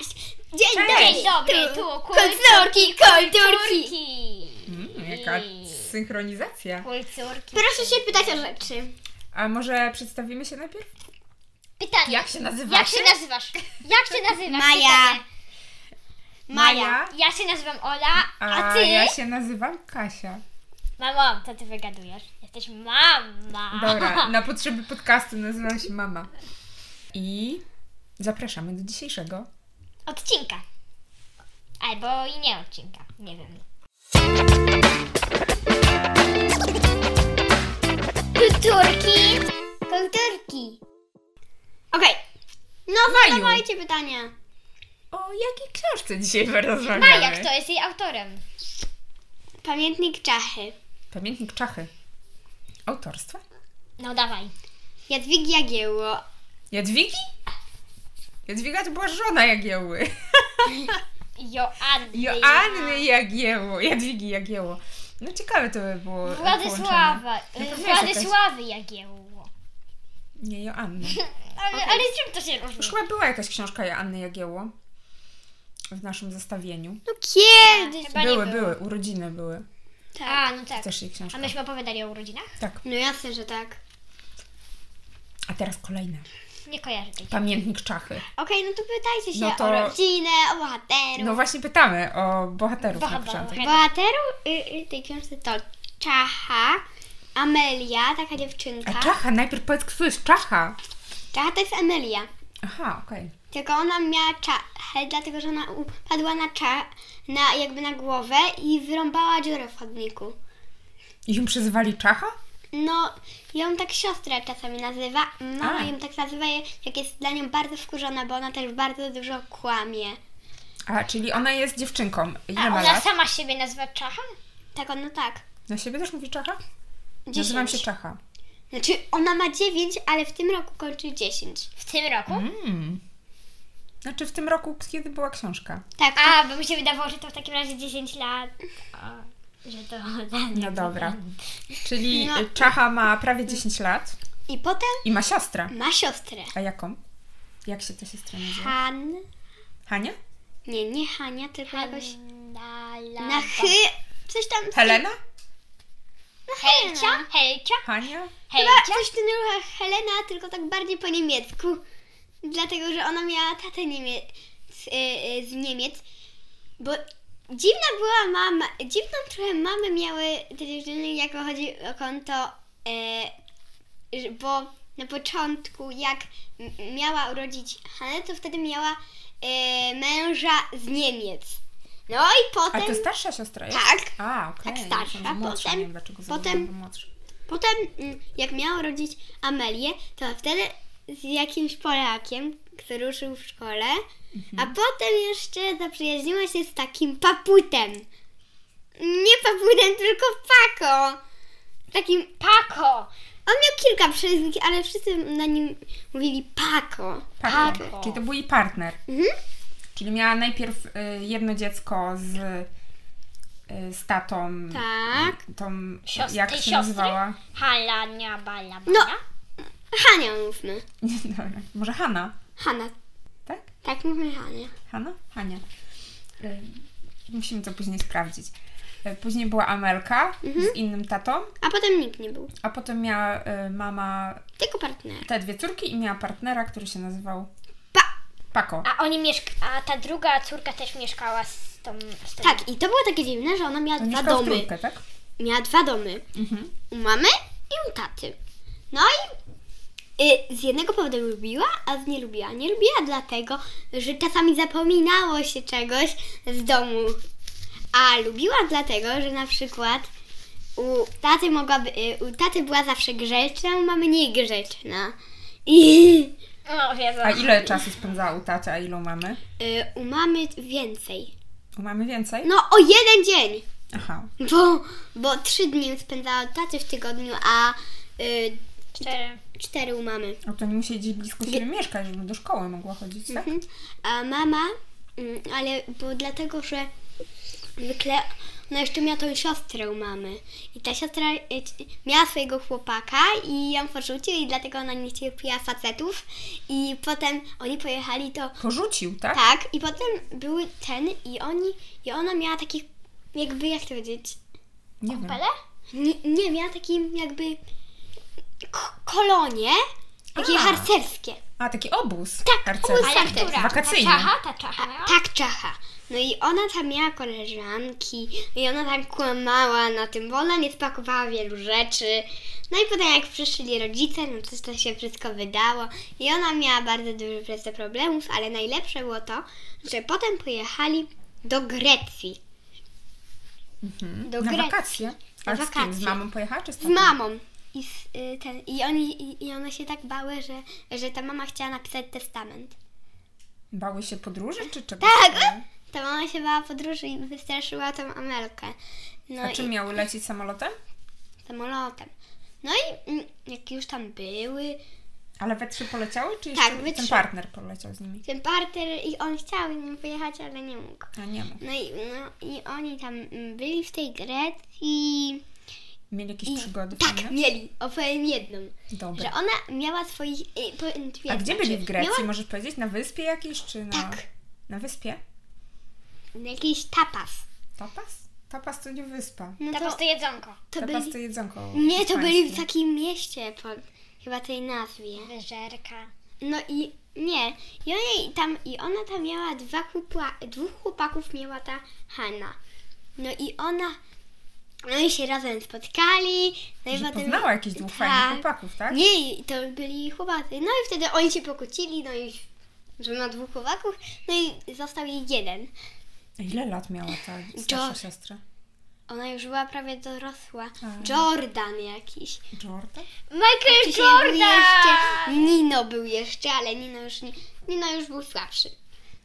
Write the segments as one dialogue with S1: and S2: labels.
S1: Dzień
S2: Cześć.
S1: dobry,
S2: Dzień
S1: dobry, tu
S3: kulturki, kulturki.
S1: kulturki.
S2: Mm, jaka synchronizacja.
S1: Kulturki.
S3: Proszę się pytać o rzeczy.
S2: A może przedstawimy się najpierw?
S1: Pytanie.
S2: Jak się nazywacie?
S1: Jak się nazywasz? Jak się nazywasz?
S3: Maja.
S1: Pytanie.
S2: Maja.
S1: Ja się nazywam Ola, a,
S2: A
S1: ty?
S2: ja się nazywam Kasia.
S1: Mamo, co ty wygadujesz? Jesteś mama.
S2: Dobra, no- na potrzeby podcastu nazywam się Mama. I zapraszamy do dzisiejszego.
S1: Odcinka. Albo i nie odcinka. Nie wiem.
S3: Kulturki, kulturki. Okej. No
S2: Maju.
S3: zadawajcie pytania.
S2: O jakiej książce dzisiaj porozmawiamy?
S1: Maja, kto jest jej autorem?
S3: Pamiętnik Czachy.
S2: Pamiętnik Czachy. Autorstwa?
S1: No dawaj.
S3: Jadwigi Jagiełło.
S2: Jadwigi? Jadwiga to była żona Jagiełły.
S1: Joanny.
S2: Joanny Jagiełło. Jadwigi Jagiełło. No ciekawe to by było. e, połączenie.
S1: Władysława.
S2: No to wiesz,
S1: Władysławy Jagiełło.
S2: Nie, Joanny.
S1: Ale, ale z czym to się
S2: Już
S1: różni?
S2: chyba była jakaś książka Joanny Jagiełło w naszym zestawieniu.
S3: No kiedy?
S1: Chyba
S2: były,
S1: nie było.
S2: były, urodziny były.
S1: A, no tak.
S2: Też jej
S1: A
S2: książka.
S1: myśmy opowiadali o urodzinach?
S2: Tak.
S3: No jasne, że tak.
S2: A teraz kolejne.
S1: Nie kojarzę tej.
S2: Pamiętnik Czachy.
S3: Okej, no to pytajcie się
S2: No to-
S3: o rodzinę, o bohaterów.
S2: No właśnie pytamy o bohaterów na
S1: Bohaterów.
S2: początek.
S3: Bohaterów y, y, tej książki to Czacha, Amelia, taka dziewczynka.
S2: A Czacha, najpierw powiedz, kto jest Czacha.
S3: Czacha to jest Amelia.
S2: Aha, okej.
S3: Tylko ona miała czachę, dlatego że ona upadła na cza, na jakby na głowę i wyrąbała dziurę w chodniku.
S2: I ją przyzywali Czacha?
S3: No, ją tak siostra czasami nazywa. Mama
S2: A.
S3: ją tak nazywa, jak jest dla nią bardzo wkurzona, bo ona też bardzo dużo kłamie.
S2: A, czyli ona jest dziewczynką. Ile
S1: A
S2: ma
S1: ona
S2: lat?
S1: sama siebie nazywa Czacha?
S3: Tak, ona tak.
S2: Na siebie też mówi Czacha? Nazywam
S3: Dziesięć.
S2: się Czacha.
S3: Znaczy, ona ma 9, ale w tym roku kończy 10.
S1: W tym roku?
S2: Mm. Znaczy w tym roku, kiedy była książka.
S3: Tak,
S1: A, bo mi się wydawało, że to w takim razie 10 lat. A, że to...
S2: No dobra. Czyli
S3: No.
S2: y, Czacha ma prawie 10 lat
S3: i potem
S2: i ma siostrę.
S3: ma siostrę.
S2: A jaką? Jak się ta siostra nazywa?
S3: Han.
S2: Hania?
S3: Nie, nie Hania, tylko jakoś.
S1: Na, la,
S3: Na chy. Coś tam.
S2: Helena?
S1: Helcia? Helcia?
S2: Hania?
S3: Chyba
S1: Helcia?
S3: coś w tym ruchu jak Helena, tylko tak bardziej po niemiecku. Dlatego, że ona miała tatę niemie z, y, y, z Niemiec. Bo dziwna była mama, dziwną trochę mamy miały te dziewczyny, jak chodzi o konto, y, że- bo na początku jak m- miała urodzić Hanę, to wtedy miała y, męża z Niemiec. No i
S2: A
S3: potem...
S2: to starsza siostra jest?
S3: Tak.
S2: A, okej.
S3: Tak, starsza.
S2: Myślałam, że młodsza.
S3: Potem-
S2: Nie wiem, dlaczego
S3: potem-
S2: potem... młodsza.
S3: Potem, mm, jak miała rodzić Amelię, to wtedy z jakimś Polakiem, który ruszył w szkole, a
S1: Mhm.
S3: potem jeszcze zaprzyjaźniła się z takim paputem. Nie paputem, tylko pako. Takim.
S1: Pako!
S3: On miał kilka przyznik, ale wszyscy na nim mówili pako.
S2: Tak.
S1: Pako.
S2: Czyli to był jej partner.
S3: Mhm.
S2: Czyli miała najpierw y, jedno dziecko z, y, z tatą.
S3: Tak.
S2: Tą,
S1: Siostry,
S2: jak się
S1: siostry?
S2: nazywała?
S1: Halania, balabala.
S3: No. Hania mówmy.
S2: Nie, Dobra. Może Hanna,
S3: Hanna.
S2: tak?
S3: Tak mówmy Hania.
S2: Hanna? Hania. Y, Musimy to później sprawdzić. Y, Później była Amelka
S3: Mhm.
S2: z innym tatą,
S3: A potem nikt nie był.
S2: a potem miała y, mama
S3: Tylko partner.
S2: te dwie córki i miała partnera, który się nazywał
S3: Pa-
S2: Paco.
S1: A oni mieszka... A ta druga córka też mieszkała z tą... Z tą...
S3: Tak, i to było takie dziwne, że ona miała
S2: Oni
S3: dwa
S2: mieszkają w
S3: domy.
S2: trójkę, tak?
S3: miała dwa domy. U mamy i u taty. No i y, z jednego powodu lubiła, a z nie lubiła. Nie lubiła dlatego, że czasami zapominało się czegoś z domu. A lubiła dlatego, że na przykład u taty mogłaby, y, u taty była zawsze grzeczna, u mamy niegrzeczna. I
S1: No, wiedzą.
S2: A ile czasu spędzała u taty, a ile u mamy?
S3: y, u mamy więcej.
S2: U mamy więcej?
S3: No o jeden dzień.
S2: Aha.
S3: Bo, bo trzy dni spędzała u taty w tygodniu, a y,
S1: Cztery.
S3: cztery u mamy.
S2: No to nie musi gdzieś blisko siebie mieszkać, żeby do szkoły mogła chodzić, tak?
S3: Mhm. A mama, mm, ale bo dlatego, że zwykle No jeszcze miała tą siostrę u mamy. I ta siostra e, c- miała swojego chłopaka i ją porzucił i dlatego ona nie cierpiła facetów. I potem oni pojechali do
S2: Porzucił, tak?
S3: tak, i potem były ten i oni, i ona miała taki, jakby, jak to powiedzieć,
S2: Nie wiem.
S1: Pele?
S3: nie, nie miała takim jakby k- kolonie, takie
S2: A.
S3: harcerskie.
S2: A, taki obóz.
S3: Tak,
S2: harcerski.
S3: obóz
S1: A jak która?
S2: Wakacyjny.
S1: Ta czacha, ta czacha.
S3: Tak, czacha. No i ona tam miała koleżanki i ona tam kłamała na tym, bo ona nie spakowała wielu rzeczy. No i potem jak przyszli rodzice, no to, to się wszystko wydało i ona miała bardzo dużo przez to problemów, ale najlepsze było to, że potem pojechali do Grecji do
S2: Mhm. Na
S3: Grecji.
S2: wakacje. A
S3: Na
S2: z kim? Z
S3: wakacje.
S2: mamą pojechała czy z
S3: z
S2: tatą?
S3: mamą. I, z, y, ten, i, oni, i, i one się tak bały, że, że ta mama chciała napisać testament.
S2: Bały się podróży czy czegoś?
S3: Tak! Ta mama się bała podróży i wystraszyła tą Amelkę. No
S2: A czym
S3: i
S2: miały lecieć samolotem?
S3: samolotem. No i mm, jak już tam były,
S2: Ale we trzy poleciały, czy
S3: Tak,
S2: jeszcze
S3: we
S2: ten
S3: trzy.
S2: partner poleciał z nimi?
S3: ten partner i on chciał z nim pojechać, ale nie mógł.
S2: A nie mógł.
S3: No i, no, i oni tam mm, byli w tej Grecji.
S2: Mieli jakieś
S3: I,
S2: przygody
S3: tak,
S2: fajne?
S3: mieli. Opowiem jedną.
S2: Dobra.
S3: Że ona miała swoich... y, powiem dwie
S2: A gdzie
S3: rzeczy.
S2: byli w Grecji?
S3: Miała
S2: Możesz powiedzieć? Na wyspie jakiejś, czy na...
S3: Tak.
S2: Na wyspie?
S3: jakiś tapas.
S2: Tapas? Tapas to nie wyspa.
S3: No
S1: Ta po
S3: to,
S1: prostu jedzonko.
S3: to
S2: Tapas
S3: byli...
S2: to jedzonko
S3: Nie, to byli w
S2: hiszpańskie.
S3: takim mieście, po chyba tej nazwie.
S1: Wyżerka.
S3: No i nie, i, oni tam, i ona tam miała dwa chłopa, dwóch chłopaków, miała ta Hanna. No i ona, no i się razem spotkali. No i
S2: Że
S3: potem-
S2: poznała jakichś dwóch fajnych chłopaków, tak?
S3: Nie, i to byli chłopacy. No i wtedy oni się pokłócili, no i że ma dwóch chłopaków, no i został jej jeden.
S2: A
S3: tak-
S2: Ile lat miała ta starsza
S3: Jo-
S2: siostra?
S3: Ona już była prawie dorosła.
S2: A.
S3: Jordan jakiś.
S2: Jordan?
S1: Michael
S3: Dzisiaj był
S1: Jordan!
S3: Jeszcze, Nino był jeszcze, ale Nino już, nie, Nino już był słabszy.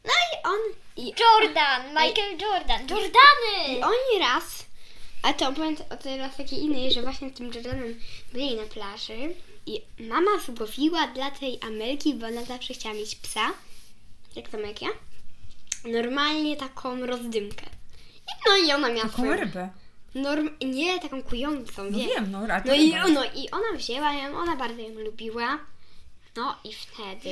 S3: No i on i,
S1: Jordan! Michael Jordan! Jordany!
S3: i oni raz, a to opowiem o teraz takiej innej, że właśnie z tym Jordanem byli na plaży i mama złowiła dla tej Amelki, bo ona zawsze chciała mieć psa, tak samo jak ja, normalnie taką rozdymkę. I no i ona miała
S2: Taką
S3: swoją-
S2: rybę.
S3: Norm, nie, taką kującą,
S2: No wiem, no, a to
S3: no i,
S2: ryba.
S3: no i ona wzięła ją, ona bardzo ją lubiła. No i wtedy.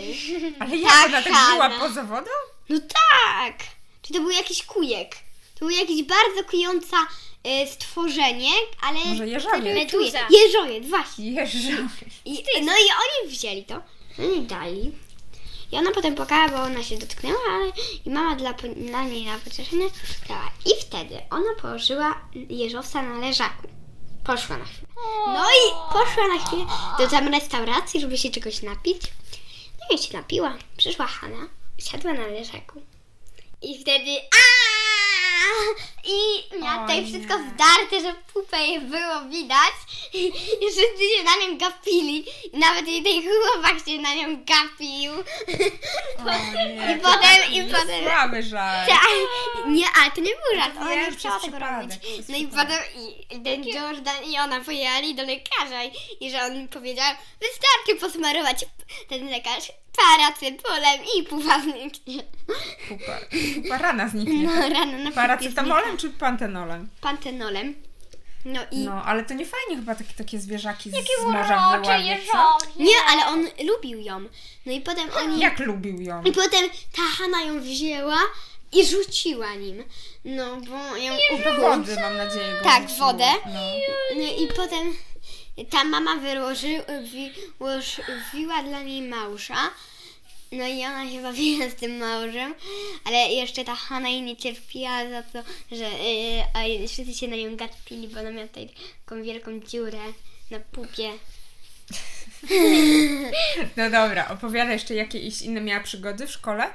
S2: Ale
S3: Tak,
S2: jak ona tak
S3: Hanna.
S2: żyła poza wodą?
S3: No tak! Czy to był jakiś kujek? To był jakiś bardzo kująca e, stworzenie, ale.
S2: Może jeżowiec?
S3: który-
S1: Meduza.
S3: Jeżowiec, właśnie.
S2: Jeżdżą.
S3: I, no i oni wzięli to. No i dali. I ona potem płakała, bo ona się dotknęła, ale i mama dla, dla niej na pocieszenie dała. I wtedy ona położyła jeżowca na leżaku. Poszła na chwilę. No i poszła na chwilę do tam restauracji, żeby się czegoś napić. No i się napiła. Przyszła Hanna, siadła na leżaku. I wtedy aaa! I miała
S2: O
S3: tutaj
S2: nie.
S3: wszystko zdarte, że pupę jej było widać. I wszyscy się na nią gapili. I nawet jej ten chłopak się na nią gapił.
S2: O nie,
S3: I
S2: to
S3: potem,
S2: taki
S3: i potem...
S2: Słaby żart.
S3: Tak, nie, ale to nie był żart, ona
S2: wiem,
S3: nie chciała
S2: przez
S3: tego
S2: przypadek,
S3: robić.
S2: przez
S3: No i potem
S2: przypadek.
S3: i ten Jordan i ona pojechali do lekarza i, i że on powiedział, wystarczy posmarować ten lekarz paracepolem i pupa zniknie.
S2: Pupa, pupa rana zniknie.
S3: No rano na
S2: Paracetamolem czy pantenolem?
S3: Pantenolem. No i...
S2: No, ale to nie fajnie chyba takie, takie zwierzaki z,
S1: Jakie
S2: z morza
S1: urocze
S2: wyławiać, co?
S1: jeżowie!
S3: Nie, ale on lubił ją. No i potem oni...
S2: Jak lubił ją.
S3: I potem ta Hanna ją wzięła i rzuciła nim. No bo ją
S2: Do No wody, mam nadzieję. Go
S3: Tak,
S2: wrzuciło.
S3: wodę.
S2: No.
S3: No i potem ta mama wyłożyła dla niej małża. No i ona się bawiła z tym małżem, ale jeszcze ta Hanna jej nie cierpiała za to, że yy, a jej- wszyscy się na nią gatpili, bo ona miała tutaj taką wielką dziurę na pupie.
S2: no dobra, opowiada jeszcze jakie iś- inne miała przygody w szkole?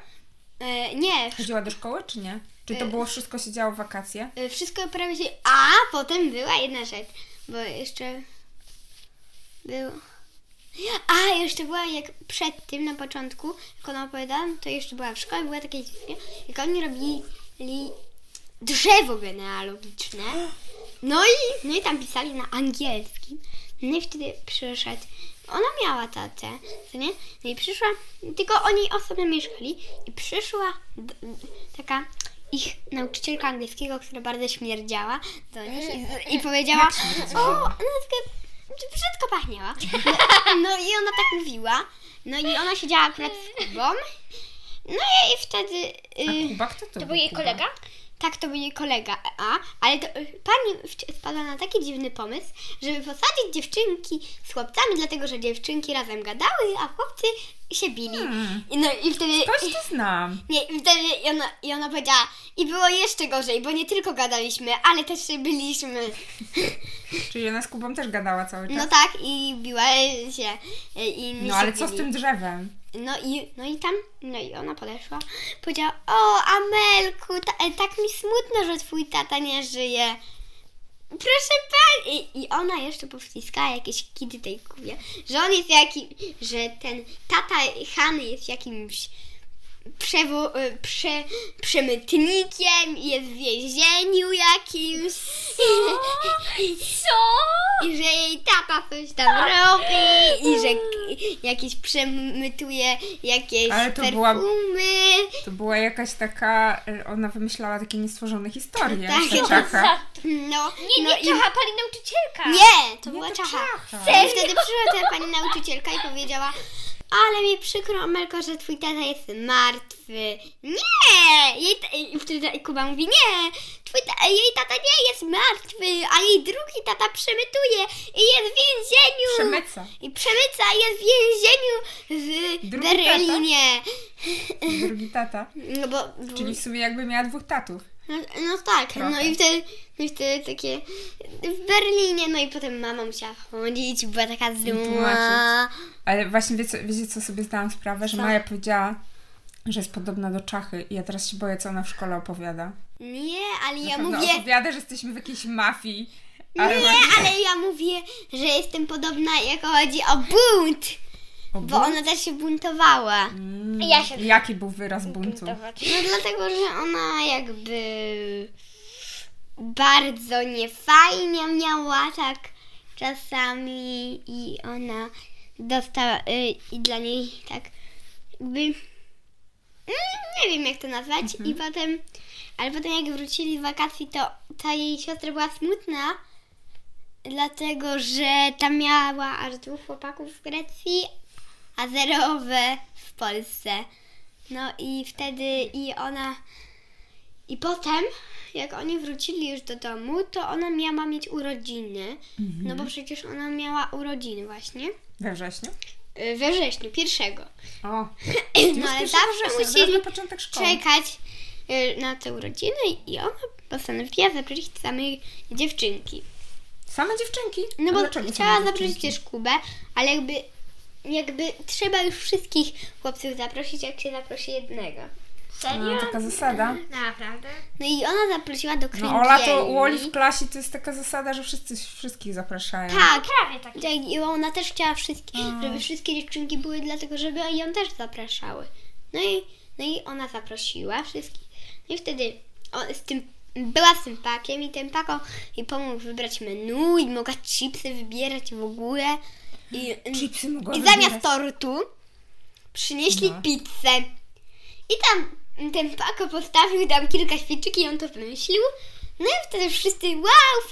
S3: E, nie, w
S2: Chodziła do szkoły czy nie? Czy to było wszystko się działo w wakacje?
S3: Y, Wszystko prawie się. A potem była jedna rzecz, bo jeszcze było. A jeszcze była jak przed tym na początku, jak ona opowiadałam, to jeszcze była w szkole, była taka historia, jak oni robili drzewo genealogiczne. No i, no i tam pisali na angielskim. No i wtedy przyszedł. Ona miała tatę, co nie? No i przyszła, tylko oni osobno mieszkali i przyszła d- taka ich nauczycielka angielskiego, która bardzo śmierdziała do nich i, i powiedziała o, ona taka brzydko pachniała. No, no i ona tak mówiła. No i ona siedziała akurat z Kubą. No i, i wtedy... y,
S2: A Kuba, kto to
S1: To był jej
S2: Kuba?
S1: kolega?
S3: tak, to był jej kolega A, ale to, y, pani wci- wpadła na taki dziwny pomysł, żeby posadzić dziewczynki z chłopcami, dlatego że dziewczynki razem gadały, a chłopcy się bili.
S2: Hmm.
S3: I No i wtedy.
S2: Kogoś to znam.
S3: Nie, i wtedy i ona, i ona powiedziała, i było jeszcze gorzej, bo nie tylko gadaliśmy, ale też się byliśmy.
S2: Czyli ona z Kubą też gadała cały czas.
S3: No tak, i biła się. y, I my
S2: No
S3: się
S2: ale co z
S3: bili.
S2: tym drzewem?
S3: No i, no i tam, no i ona podeszła, powiedziała, o Amelku, ta, e, tak mi smutno, że twój tata nie żyje. Proszę pani! I, I ona jeszcze powciskała jakieś kidy tej kubie, że on jest jakim, że ten tata Hany jest jakimś przewo, e, prze, przemytnikiem, jest w więzieniu jakimś
S1: Co?
S3: i że jej tata coś tam robi i że k- jakiś przemytuje jakieś
S2: Ale to
S3: perfumy.
S2: była- To była jakaś taka, y, ona wymyślała takie niestworzone historie.
S3: Tak,
S2: z
S3: to
S2: Czacha.
S3: No,
S1: Nie,
S3: no
S1: nie,
S3: i...
S1: czacha, pani nauczycielka.
S3: Nie, to
S2: Tak. Nie,
S3: była
S2: to
S3: czacha.
S2: Czacha.
S3: I wtedy przyszła ta pani nauczycielka i powiedziała ale mi przykro, Melko, że twój tata jest martwy. Nie! Jej ta... I wtedy ta- Kuba mówi, nie, twój ta... jej tata nie jest martwy, a jej drugi tata przemytuje i jest w więzieniu.
S2: Przemyca.
S3: I przemyca jest w więzieniu w
S2: Drugi
S3: Berlinie.
S2: Drugi tata.
S3: No bo...
S2: Czyli w sumie jakby miała dwóch tatów.
S3: No, no tak,
S2: Trochę.
S3: no i wtedy, no i wtedy takie w Berlinie, no i potem mama musiała chodzić, była taka zła.
S2: tłumaczyć. Ale właśnie wiecie, wiecie co sobie zdałam sprawę? Że
S3: Co?
S2: Maja powiedziała, że jest podobna do Czachy i ja teraz się boję, co ona w szkole opowiada.
S3: Nie, ale
S2: Na
S3: ja
S2: pewno
S3: mówię,
S2: opowiada, że jesteśmy w jakiejś mafii. Ale
S3: nie, ale ja mówię, że jestem podobna jak chodzi o bunt, bo ona też się buntowała.
S1: Ja się-
S2: Jaki był wyraz buntu?
S1: Buntować.
S3: No dlatego, że ona jakby bardzo niefajnie miała tak czasami i ona dostała y, i dla niej tak jakby mm, nie wiem jak to nazwać i potem ale potem jak wrócili z wakacji to ta jej siostra była smutna dlatego, że tam miała aż dwóch chłopaków w Grecji a zerowe w Polsce no i wtedy i ona. I potem, jak oni wrócili już do domu, to ona miała mieć urodziny. No
S2: Mhm.
S3: bo przecież ona miała urodziny właśnie
S2: We wrześniu?
S3: y, we wrześniu, pierwszego.
S2: O,
S3: No ale
S2: pierwszy
S3: zawsze
S2: wrzesień, zaraz
S3: musieli
S2: na początek szkoły.
S3: czekać y, na te urodziny i ona postanowiła zaprosić same dziewczynki.
S2: Same dziewczynki?
S3: No
S2: A
S3: bo
S2: dlaczego
S3: chciała
S2: same
S3: zaprosić
S2: dziewczynki?
S3: też Kubę, ale jakby, jakby trzeba już wszystkich chłopców zaprosić, jak się zaprosi jednego.
S1: Serio?
S2: No, taka zasada.
S1: Naprawdę?
S3: No i ona zaprosiła do kręgielni.
S2: No Ola to u Oli w klasie to jest taka zasada, że wszyscy wszystkich zapraszają.
S3: Tak,
S1: Prawie tak.
S3: tak, i ona też chciała wszystkie,
S2: Mm.
S3: żeby wszystkie dziewczynki były, dlatego żeby ją też zapraszały. No i, no i ona zaprosiła wszystkich. No i wtedy on z tym, była z tym pakiem i ten pako i pomógł wybrać menu i mogła chipsy wybierać w ogóle. I,
S2: Chipsy mogą
S3: i
S2: wybierać.
S3: zamiast tortu przynieśli
S2: No.
S3: pizzę. I tam ten Paco postawił tam kilka świeczek i on to wymyślił. No i wtedy wszyscy, wow,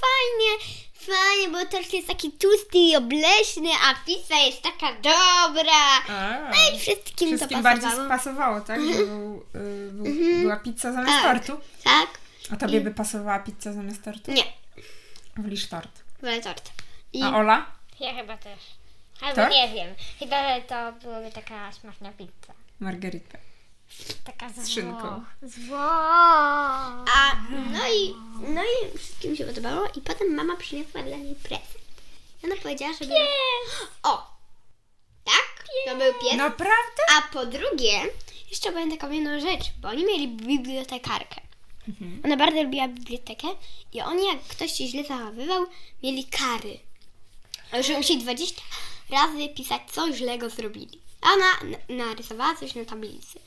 S3: fajnie, fajnie, bo tort jest taki tłusty i obleśny, a pizza jest taka dobra. No
S2: A,
S3: I wszystkim
S2: Wszystkim
S3: to
S2: bardziej
S3: pasowało. Mhm.
S2: spasowało, tak? Że był, y, był, była pizza zamiast
S3: Tak.
S2: tortu.
S3: tak?
S2: A tobie by pasowała pizza zamiast tortu?
S3: Nie,
S2: Wolisz tort.
S3: wolę tort. I
S2: A Ola?
S1: Ja chyba też. Albo
S2: Tak?
S1: nie wiem. Chyba, że to byłaby taka smaczna pizza.
S2: Margaritę.
S1: Taka z,
S2: szynką.
S1: Zło.
S3: A, no i, no i wszystkim się podobało i potem mama przyniosła dla niej prezent. I ona powiedziała, że... Pies! O! Tak? To był pies.
S2: No, Naprawdę?
S3: A po drugie, jeszcze powiem taką jedną rzecz, bo oni mieli bibliotekarkę.
S2: Mhm.
S3: Ona bardzo lubiła bibliotekę i oni, jak ktoś się źle zachowywał, mieli kary. Że musieli 20 razy pisać, co źlego zrobili. A ona n- narysowała coś na tablicy.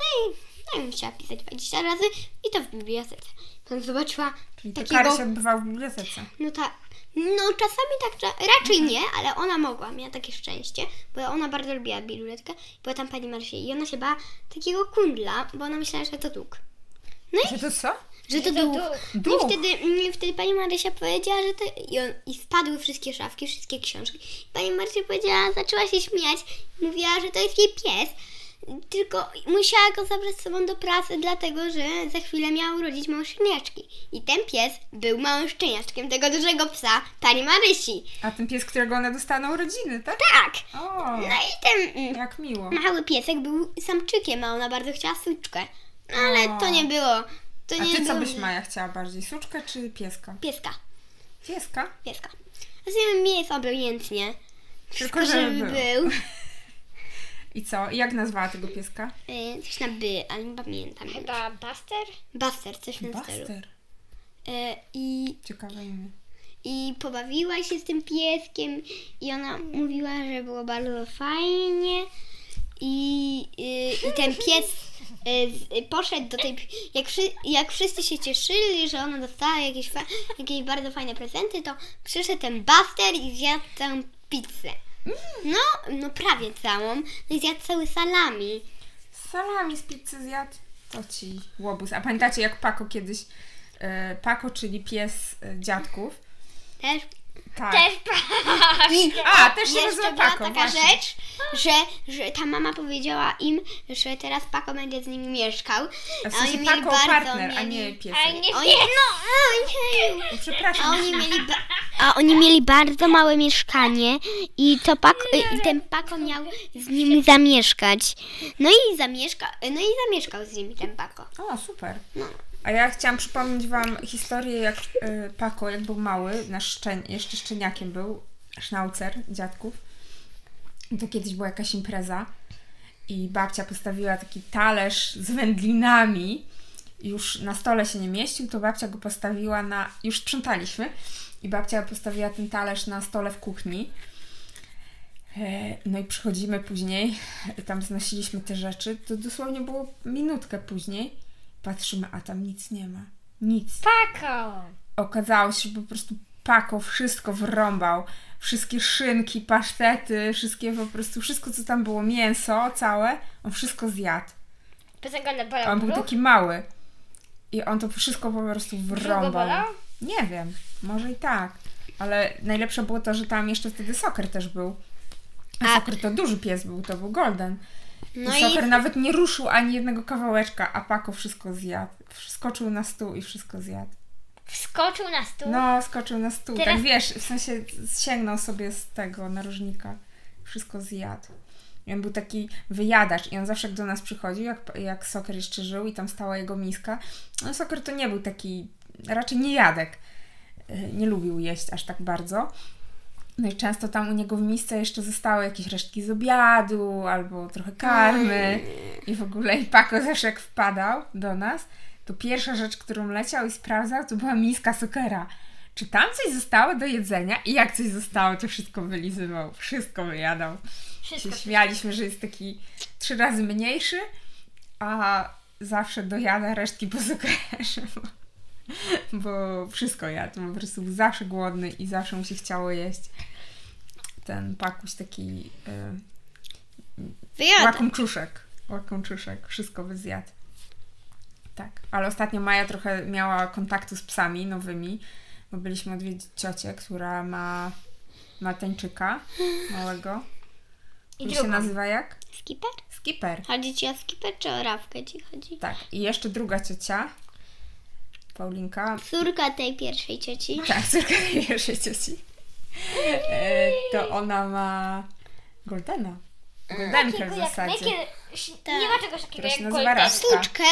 S3: No i, no i musiała pisać 20 razy i to w bibliotece. Tam zobaczyła
S2: Czyli te
S3: takiego...
S2: kary się odbywały w bibliotece.
S3: No tak. No czasami tak, cza- raczej nie, ale ona mogła, miała takie szczęście, bo ona bardzo lubiła biluletkę, była tam pani Marsie i ona się bała takiego kundla, bo ona myślała, że to dług. No i
S2: Że to co?
S3: że to
S1: Że to
S3: duch.
S1: duch.
S2: Duch.
S3: I wtedy, mm, wtedy pani Marysia powiedziała, że to... I, on, I spadły wszystkie szafki, wszystkie książki. I pani Marysia powiedziała, zaczęła się śmiać. Mówiła, że to jest jej pies. Tylko musiała go zabrać z sobą do pracy, dlatego że za chwilę miała urodzić małżeńczki. I ten pies był małżeńczkiem tego dużego psa pani Marysi.
S2: A ten pies, którego one dostaną urodziny, tak?
S3: Tak!
S2: O,
S3: No i ten... Mm,
S2: jak miło.
S3: mały piesek był samczykiem, a ona bardzo chciała suczkę. No ale to nie było. To
S2: A
S3: nie
S2: ty co
S3: było
S2: byś, Maja, chciała bardziej? Suczkę czy pieska?
S3: Pieska,
S2: Pieska?
S3: pieska. Znaczy mi jest obojętnie.
S2: Tylko żeby
S3: żeby
S2: był.
S3: był.
S2: I co? I Jak nazwała tego pieska?
S3: Y, Coś na by, ale nie pamiętam.
S1: Chyba Buster?
S3: Buster, coś na stylu.
S2: Buster.
S3: Y, I,
S2: Ciekawe imię.
S3: I pobawiła się z tym pieskiem i ona mówiła, że było bardzo fajnie. I, y, i ten pies y, z- y, poszedł do tej. Jak, wszy, jak wszyscy się cieszyli, że ona dostała jakieś, fa, jakieś bardzo fajne prezenty, to przyszedł ten Buster i zjadł całą pizzę. No, no prawie całą. No i zjadł cały salami.
S2: Salami z pizzy zjadł. To ci łobuz. A pamiętacie, jak Pako kiedyś... e, Pako, czyli pies e, dziadków.
S3: Też
S2: Tak.
S1: Też Buster.
S3: I
S2: A, też się
S3: jeszcze
S2: nazywa
S3: była
S2: Paco,
S3: taka
S2: właśnie.
S3: rzecz, że, że ta mama powiedziała im, że teraz Paco będzie z nimi mieszkał.
S2: A w
S3: oni
S2: sensie
S3: mieli
S2: Pako
S3: bardzo
S2: partner, a nie
S3: mieli...
S2: pies.
S1: A nie
S3: Oni,
S1: wiem.
S3: no, ojej. A
S2: Przepraszam.
S3: oni, mieli ba- a oni mieli bardzo małe mieszkanie i to Paco, i ten Paco miał z nimi zamieszkać. No i, zamieszka, no i zamieszkał z nimi ten Paco.
S2: O, super.
S3: No.
S2: A ja chciałam przypomnieć Wam historię, jak y, Pako, jak był mały, nasz szczen, jeszcze szczeniakiem był, sznaucer dziadków. I To kiedyś była jakaś impreza i babcia postawiła taki talerz z wędlinami. Już na stole się nie mieścił, to babcia go postawiła na... Już sprzątaliśmy i babcia postawiła ten talerz na stole w kuchni. E, No i przychodzimy później, tam znosiliśmy te rzeczy, to dosłownie było minutkę później. Patrzymy, a tam nic nie ma. Nic.
S1: Paco.
S2: Okazało się, że po prostu Pako wszystko wrąbał. Wszystkie szynki, pasztety, wszystkie po prostu, wszystko co tam było, mięso całe, on wszystko zjadł.
S1: Potem go
S2: A
S1: nabolał
S2: on był
S1: brzuch.
S2: taki mały. I on to wszystko po prostu
S1: Brzuch go
S2: wrąbał.
S1: bolał?
S2: Nie wiem, może i tak. Ale najlepsze było to, że tam jeszcze wtedy soker też był. A
S3: A-
S2: soker to duży pies był, to był golden.
S3: No
S2: I
S3: i
S2: soker nawet nie ruszył ani jednego kawałeczka, a Pako wszystko zjadł. Skoczył na stół i wszystko zjadł.
S1: Wskoczył na stół.
S2: No, skoczył na stół.
S1: Teraz-
S2: Tak wiesz, w sensie sięgnął sobie z tego narożnika. Wszystko zjadł. I on był taki wyjadacz i on zawsze jak do nas przychodził, jak, jak Soker jeszcze żył i tam stała jego miska. No Soker to nie był taki, raczej nie jadek. Y, Nie lubił jeść aż tak bardzo. No i często tam u niego w misce jeszcze zostały jakieś resztki z obiadu albo trochę karmy i w ogóle i Pako zawsze jak wpadał do nas, to pierwsza rzecz, którą leciał i sprawdzał, to była miska sokera. Czy tam coś zostało do jedzenia? I jak coś zostało, to wszystko wylizywał, wszystko wyjadał. Się
S1: Wszystko.
S2: śmialiśmy, że jest taki trzy razy mniejszy, a zawsze dojada resztki po sokerze, bo, bo wszystko jadł, po prostu był zawsze głodny i zawsze mu się chciało jeść. Ten pakuś taki... y,
S3: wyjadł.
S2: Łakomczuszek. Łakomczuszek. Wszystko by zjadł. Tak. Ale ostatnio Maja trochę miała kontaktu z psami nowymi, bo byliśmy odwiedzić ciocię, która ma, ma tańczyka małego.
S1: I
S2: On się
S1: drugą.
S2: nazywa jak?
S3: Skipper?
S2: Skipper.
S3: Chodzi ci o skipper czy o rawkę ci chodzi?
S2: Tak. I jeszcze druga ciocia. Paulinka.
S3: Córka tej pierwszej cioci.
S2: Tak, córka tej pierwszej cioci. E, To ona ma Goldena. Goldenkę w
S1: Takiego Mm, jak-
S2: zasadzie.
S1: jakie- ś-
S3: Tak.
S1: Nie ma czegoś takiego
S2: Która się
S1: jak
S2: nazywa
S1: Golden.
S2: Raz.
S3: Suczkę,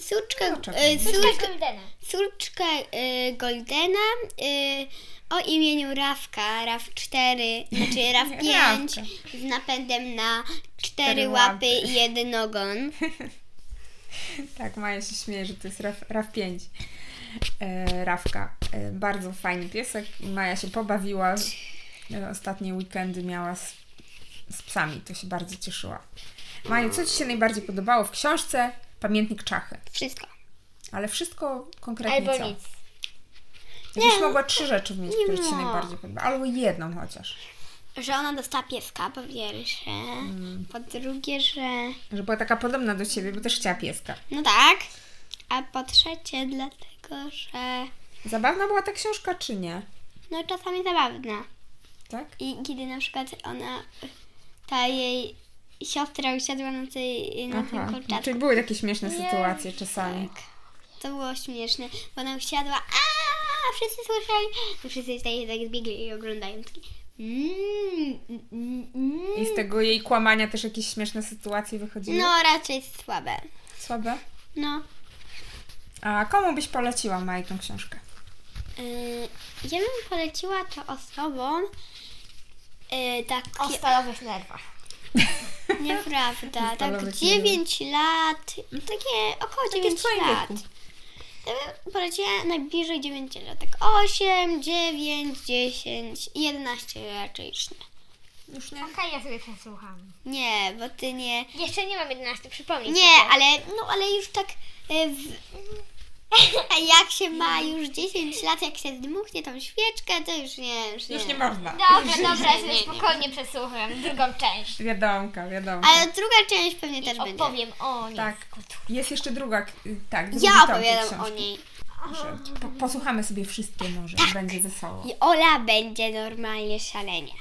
S3: suczkę,
S2: Suczek.
S3: y,
S1: Suczka
S3: suczkę,
S1: Goldena.
S3: suczkę y, Goldena y, o imieniu Rawka, Raw 4, znaczy Raw 5
S2: Rawka.
S3: z napędem na
S2: Cztery
S3: cztery łapy
S2: łapy.
S3: i jeden ogon.
S2: Tak, Maja się śmieje, że to jest RAF, RAF 5. E, Rafka. E, bardzo fajny piesek. Maja się pobawiła. E, ostatnie weekendy miała z, z psami. To się bardzo cieszyła. Maju, co Ci się najbardziej podobało w książce? Pamiętnik Czachy.
S3: Wszystko.
S2: Ale wszystko konkretnie
S1: Albo
S2: co?
S1: nic.
S2: Jakbyś mogła trzy rzeczy mieć,
S3: no nie
S2: które Ci się
S3: ma.
S2: najbardziej podobały. Albo jedną chociaż.
S3: Że ona dostała pieska po pierwsze, po drugie, że
S2: Że była taka podobna do Ciebie, bo też chciała pieska.
S3: no tak, A po trzecie dlatego, że
S2: Zabawna była ta książka, czy nie?
S3: no czasami zabawna.
S2: Tak?
S3: I kiedy na przykład ona, ta jej siostra usiadła na, tej, na tym kolczaku.
S2: Czyli były takie śmieszne sytuacje czasami.
S3: Tak. To było śmieszne, bo ona usiadła, a wszyscy słyszeli, i wszyscy tutaj tak zbiegli i oglądają taki mm, mm, mm.
S2: I z tego jej kłamania też jakieś śmieszne sytuacje wychodziły?
S3: No raczej słabe.
S2: Słabe?
S3: No.
S2: A komu byś poleciła, Maj, tą książkę?
S3: Y, ja bym poleciła to osobom y, tak
S1: O stalowych nerwach.
S3: nieprawda, tak
S2: Ustalować
S3: 9 lat, no takie około 9
S2: twoim
S3: lat.
S2: wieku.
S3: Ja bym poleciła E, najbliżej 9 lat, tak 8, 9, 10, 11 raczej już nie.
S2: Już nie?
S1: Okej, ja sobie przesłucham.
S3: Nie, bo ty nie.
S1: Jeszcze nie mam 11, przypomnij
S3: Nie, ale no ale już tak e, w... A jak się ma już 10 lat, jak się zdmuchnie tą świeczkę, to już nie, już nie.
S2: Już nie można.
S1: Dobra, dobra, ja
S3: Nie,
S1: sobie
S3: nie.
S1: spokojnie przesłucham drugą część.
S2: Wiadomka, wiadomka.
S3: Ale druga część pewnie też będzie.
S1: Opowiem o niej.
S2: Tak. Jest jeszcze druga, k- tak. drugi
S3: Ja
S2: tom tej
S3: opowiadam o
S2: książki.
S3: niej. Tak.
S2: Dobrze. Po, posłuchamy sobie wszystkie może, będzie wesoło.
S3: I Ola będzie normalnie szalenie.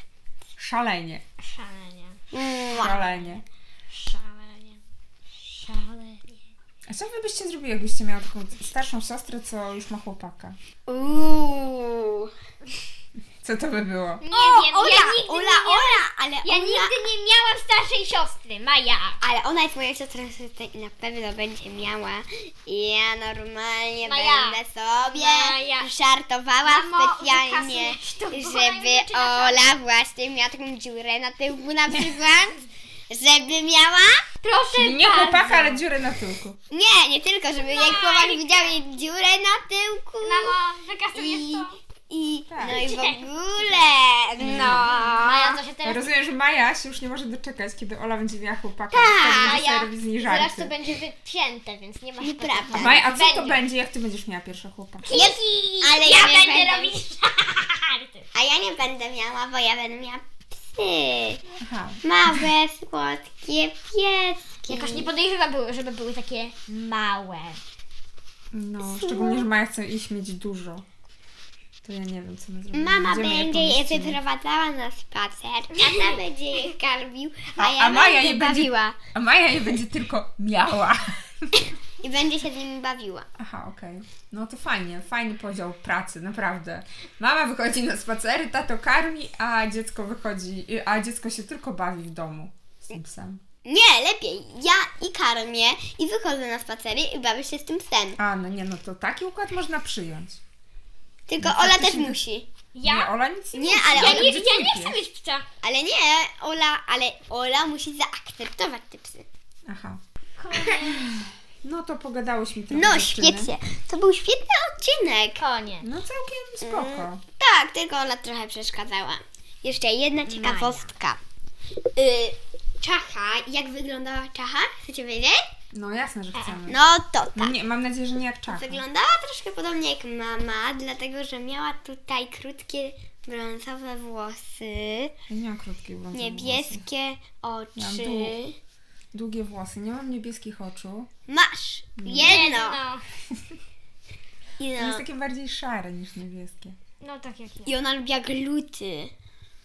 S2: Szalenie,
S1: Szalenie,
S3: Mua.
S2: szalenie.
S1: szalenie, szalenie.
S2: A co wy byście zrobili, jakbyście miały taką starszą siostrę, co już ma chłopaka?
S3: Uuu.
S2: Co to by było?
S1: Nie
S3: O,
S1: wiem,
S3: Ola,
S1: ja nigdy
S3: Ola,
S1: nie miałam,
S3: Ola, ale
S1: ja
S3: Ola,
S1: nigdy nie miałam starszej siostry, Maja.
S3: ale ona jest moja siostra siostra i na pewno będzie miała. I ja normalnie
S1: Maja.
S3: będę sobie
S1: Maja.
S3: żartowała
S1: Mamo,
S3: specjalnie,
S1: wykasujesz to, bo moja
S3: żeby
S1: dziewczyna
S3: Ola właśnie miała taką dziurę na tyłku na przykład. żeby miała?
S1: Proszę
S2: Nie
S1: bardzo.
S2: chłopaka, ale dziurę na tyłku.
S3: Nie, nie tylko, żeby
S1: No
S3: jej chłopak widział jej dziurę na tyłku.
S1: Mamo, wykasujesz
S3: I,
S1: to.
S3: i
S2: Tak.
S3: no i w
S1: Czekaj.
S3: ogóle, no.
S1: Maja, to się teraz...
S2: Rozumiem, że Maja się już nie może doczekać, kiedy Ola będzie miała chłopaka.
S3: Tak,
S2: wtedy będzie sobie
S1: Maja,
S2: robić z niej
S1: zaraz to
S2: żarty.
S1: będzie wycięte, więc nie ma
S3: Nieprawda.
S2: Maja, a co to będzie, jak ty będziesz miała pierwszego chłopaka?
S1: Kiki,
S3: Ale
S1: ale
S3: ja
S1: ja
S3: nie
S1: będę
S3: będę.
S1: robić żarty.
S3: A ja nie będę miała, bo ja będę miała psy.
S2: Aha.
S3: Małe, słodkie pieski.
S1: Jakoś nie podejrzewam, były- żeby były takie małe.
S2: No, szczególnie, że Maja chce ich mieć dużo. To ja nie wiem, co my zrobimy.
S3: Mama
S2: Będziemy je
S3: będzie je
S2: pomieścimy.
S3: wyprowadzała na spacer, tata będzie je karmił, a,
S2: A-
S3: ja
S2: a Maja
S3: będę
S2: je będzie-
S3: bawiła.
S2: A Maja je będzie tylko miała.
S3: I będzie się z nimi bawiła.
S2: Aha, okej. No to fajnie, fajny podział pracy, naprawdę. Mama wychodzi na spacery, tato karmi, a dziecko wychodzi, a dziecko się tylko bawi w domu z tym psem.
S3: Nie, lepiej. Ja i karmię i wychodzę na spacery i bawię się z tym psem.
S2: A, no nie, no to taki układ można przyjąć.
S3: Tylko
S2: No,
S3: Ola też
S2: faktycznie.
S3: musi.
S2: Nie, tak
S1: Ja?
S2: Ola nic nie
S3: Nie,
S2: musi.
S3: ale
S1: Ja
S3: Ola
S1: nie,
S2: będzie
S1: ja nie
S2: twój
S1: chcę
S2: pies.
S1: mieć psa.
S3: Ale nie, Ola, ale Ola musi zaakceptować te psy.
S2: Aha. No to pogadałyśmy trochę.
S3: No
S2: dziewczyny.
S3: świetnie. To był świetny odcinek.
S1: Koniec.
S2: No całkiem spoko.
S3: Tak, tylko ona trochę przeszkadzała. Jeszcze jedna ciekawostka. Y, czacha, jak wyglądała czacha? Chcecie wiedzieć?
S2: No jasne, że chcemy.
S3: No to
S2: No
S3: tak.
S2: nie, mam nadzieję, że nie jak czaka.
S3: Wyglądała troszkę podobnie jak mama, dlatego że miała tutaj krótkie brązowe włosy,
S2: Ja nie mam krótkich blond.
S3: niebieskie
S2: Miałam
S3: oczy.
S2: dłu- Długie włosy, nie mam niebieskich oczu.
S3: Masz jedno.
S1: No,
S3: I,
S2: To jest
S3: no.
S2: takie bardziej szare niż niebieskie.
S1: no tak jak ja.
S3: I ona lubiła gluty.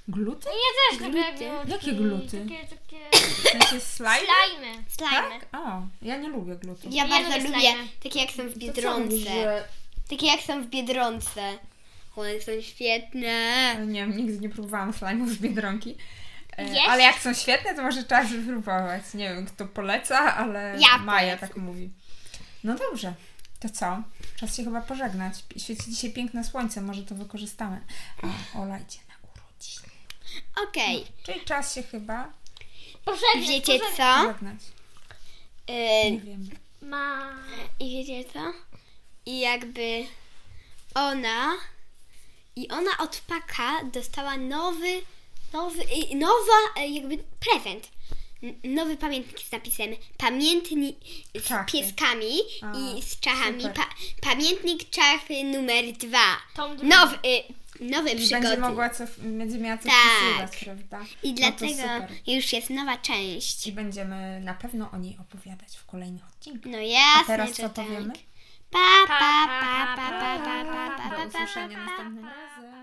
S2: Gluty?
S1: Ja też lubię
S3: Gluty?
S1: gluty.
S2: Jakie gluty?
S1: Takie, takie
S2: W sensie slime?
S1: slajmy.
S3: Slajmy.
S2: Tak? O, ja nie lubię glutów.
S3: Ja
S1: Ja
S3: bardzo
S1: lubię
S3: lubię
S1: slajmy.
S3: takie jak są w
S2: To co
S3: Biedronce.
S2: mówisz, że...
S3: Takie jak są w Biedronce. One są świetne.
S2: No Nie wiem, nigdy nie próbowałam slime'ów z Biedronki. E,
S1: Jest?
S2: Ale jak są świetne, to może trzeba wypróbować. Nie wiem, kto poleca, ale
S3: Ja
S2: Maja
S3: polecam.
S2: tak mówi. No dobrze, to co? Czas się chyba pożegnać. Pi- Świeci dzisiaj piękne słońce, może to wykorzystamy. O, Ola idzie na urodziny.
S3: Okej,
S2: Czyli czas się chyba No,
S1: Pożegnaj,
S3: wiecie
S1: pożegnaj.
S3: co?
S2: pożegnać.
S3: Yy,
S2: Nie wiem.
S1: Ma.
S3: I wiecie co? I jakby ona i ona od paka dostała nowy, nowy, i nowa, e, jakby prezent. N- Nowy pamiętnik z napisem pamiętnik z
S2: Czachy.
S3: pieskami
S2: A,
S3: i z czachami.
S2: super.
S3: Pa, pamiętnik czachy numer dwa.
S1: Tom drugi.
S3: Nowy, y, nowe
S2: I
S3: przygody.
S2: będzie mogła co, będzie miała coś
S3: Tak.
S2: tak. prawda?
S3: I
S2: No
S3: dlatego
S2: to super.
S3: już jest nowa część.
S2: I będziemy na pewno o niej opowiadać w kolejnych odcinkach.
S3: No jasne,
S2: A teraz
S3: że
S2: co
S3: tak.
S2: powiemy?
S3: Pa, pa,
S1: Pa,
S3: pa, pa, pa, pa, pa, pa, pa, pa,
S2: Do
S3: pa, pa,
S2: usłyszenia
S3: pa, pa.
S2: następnym razem.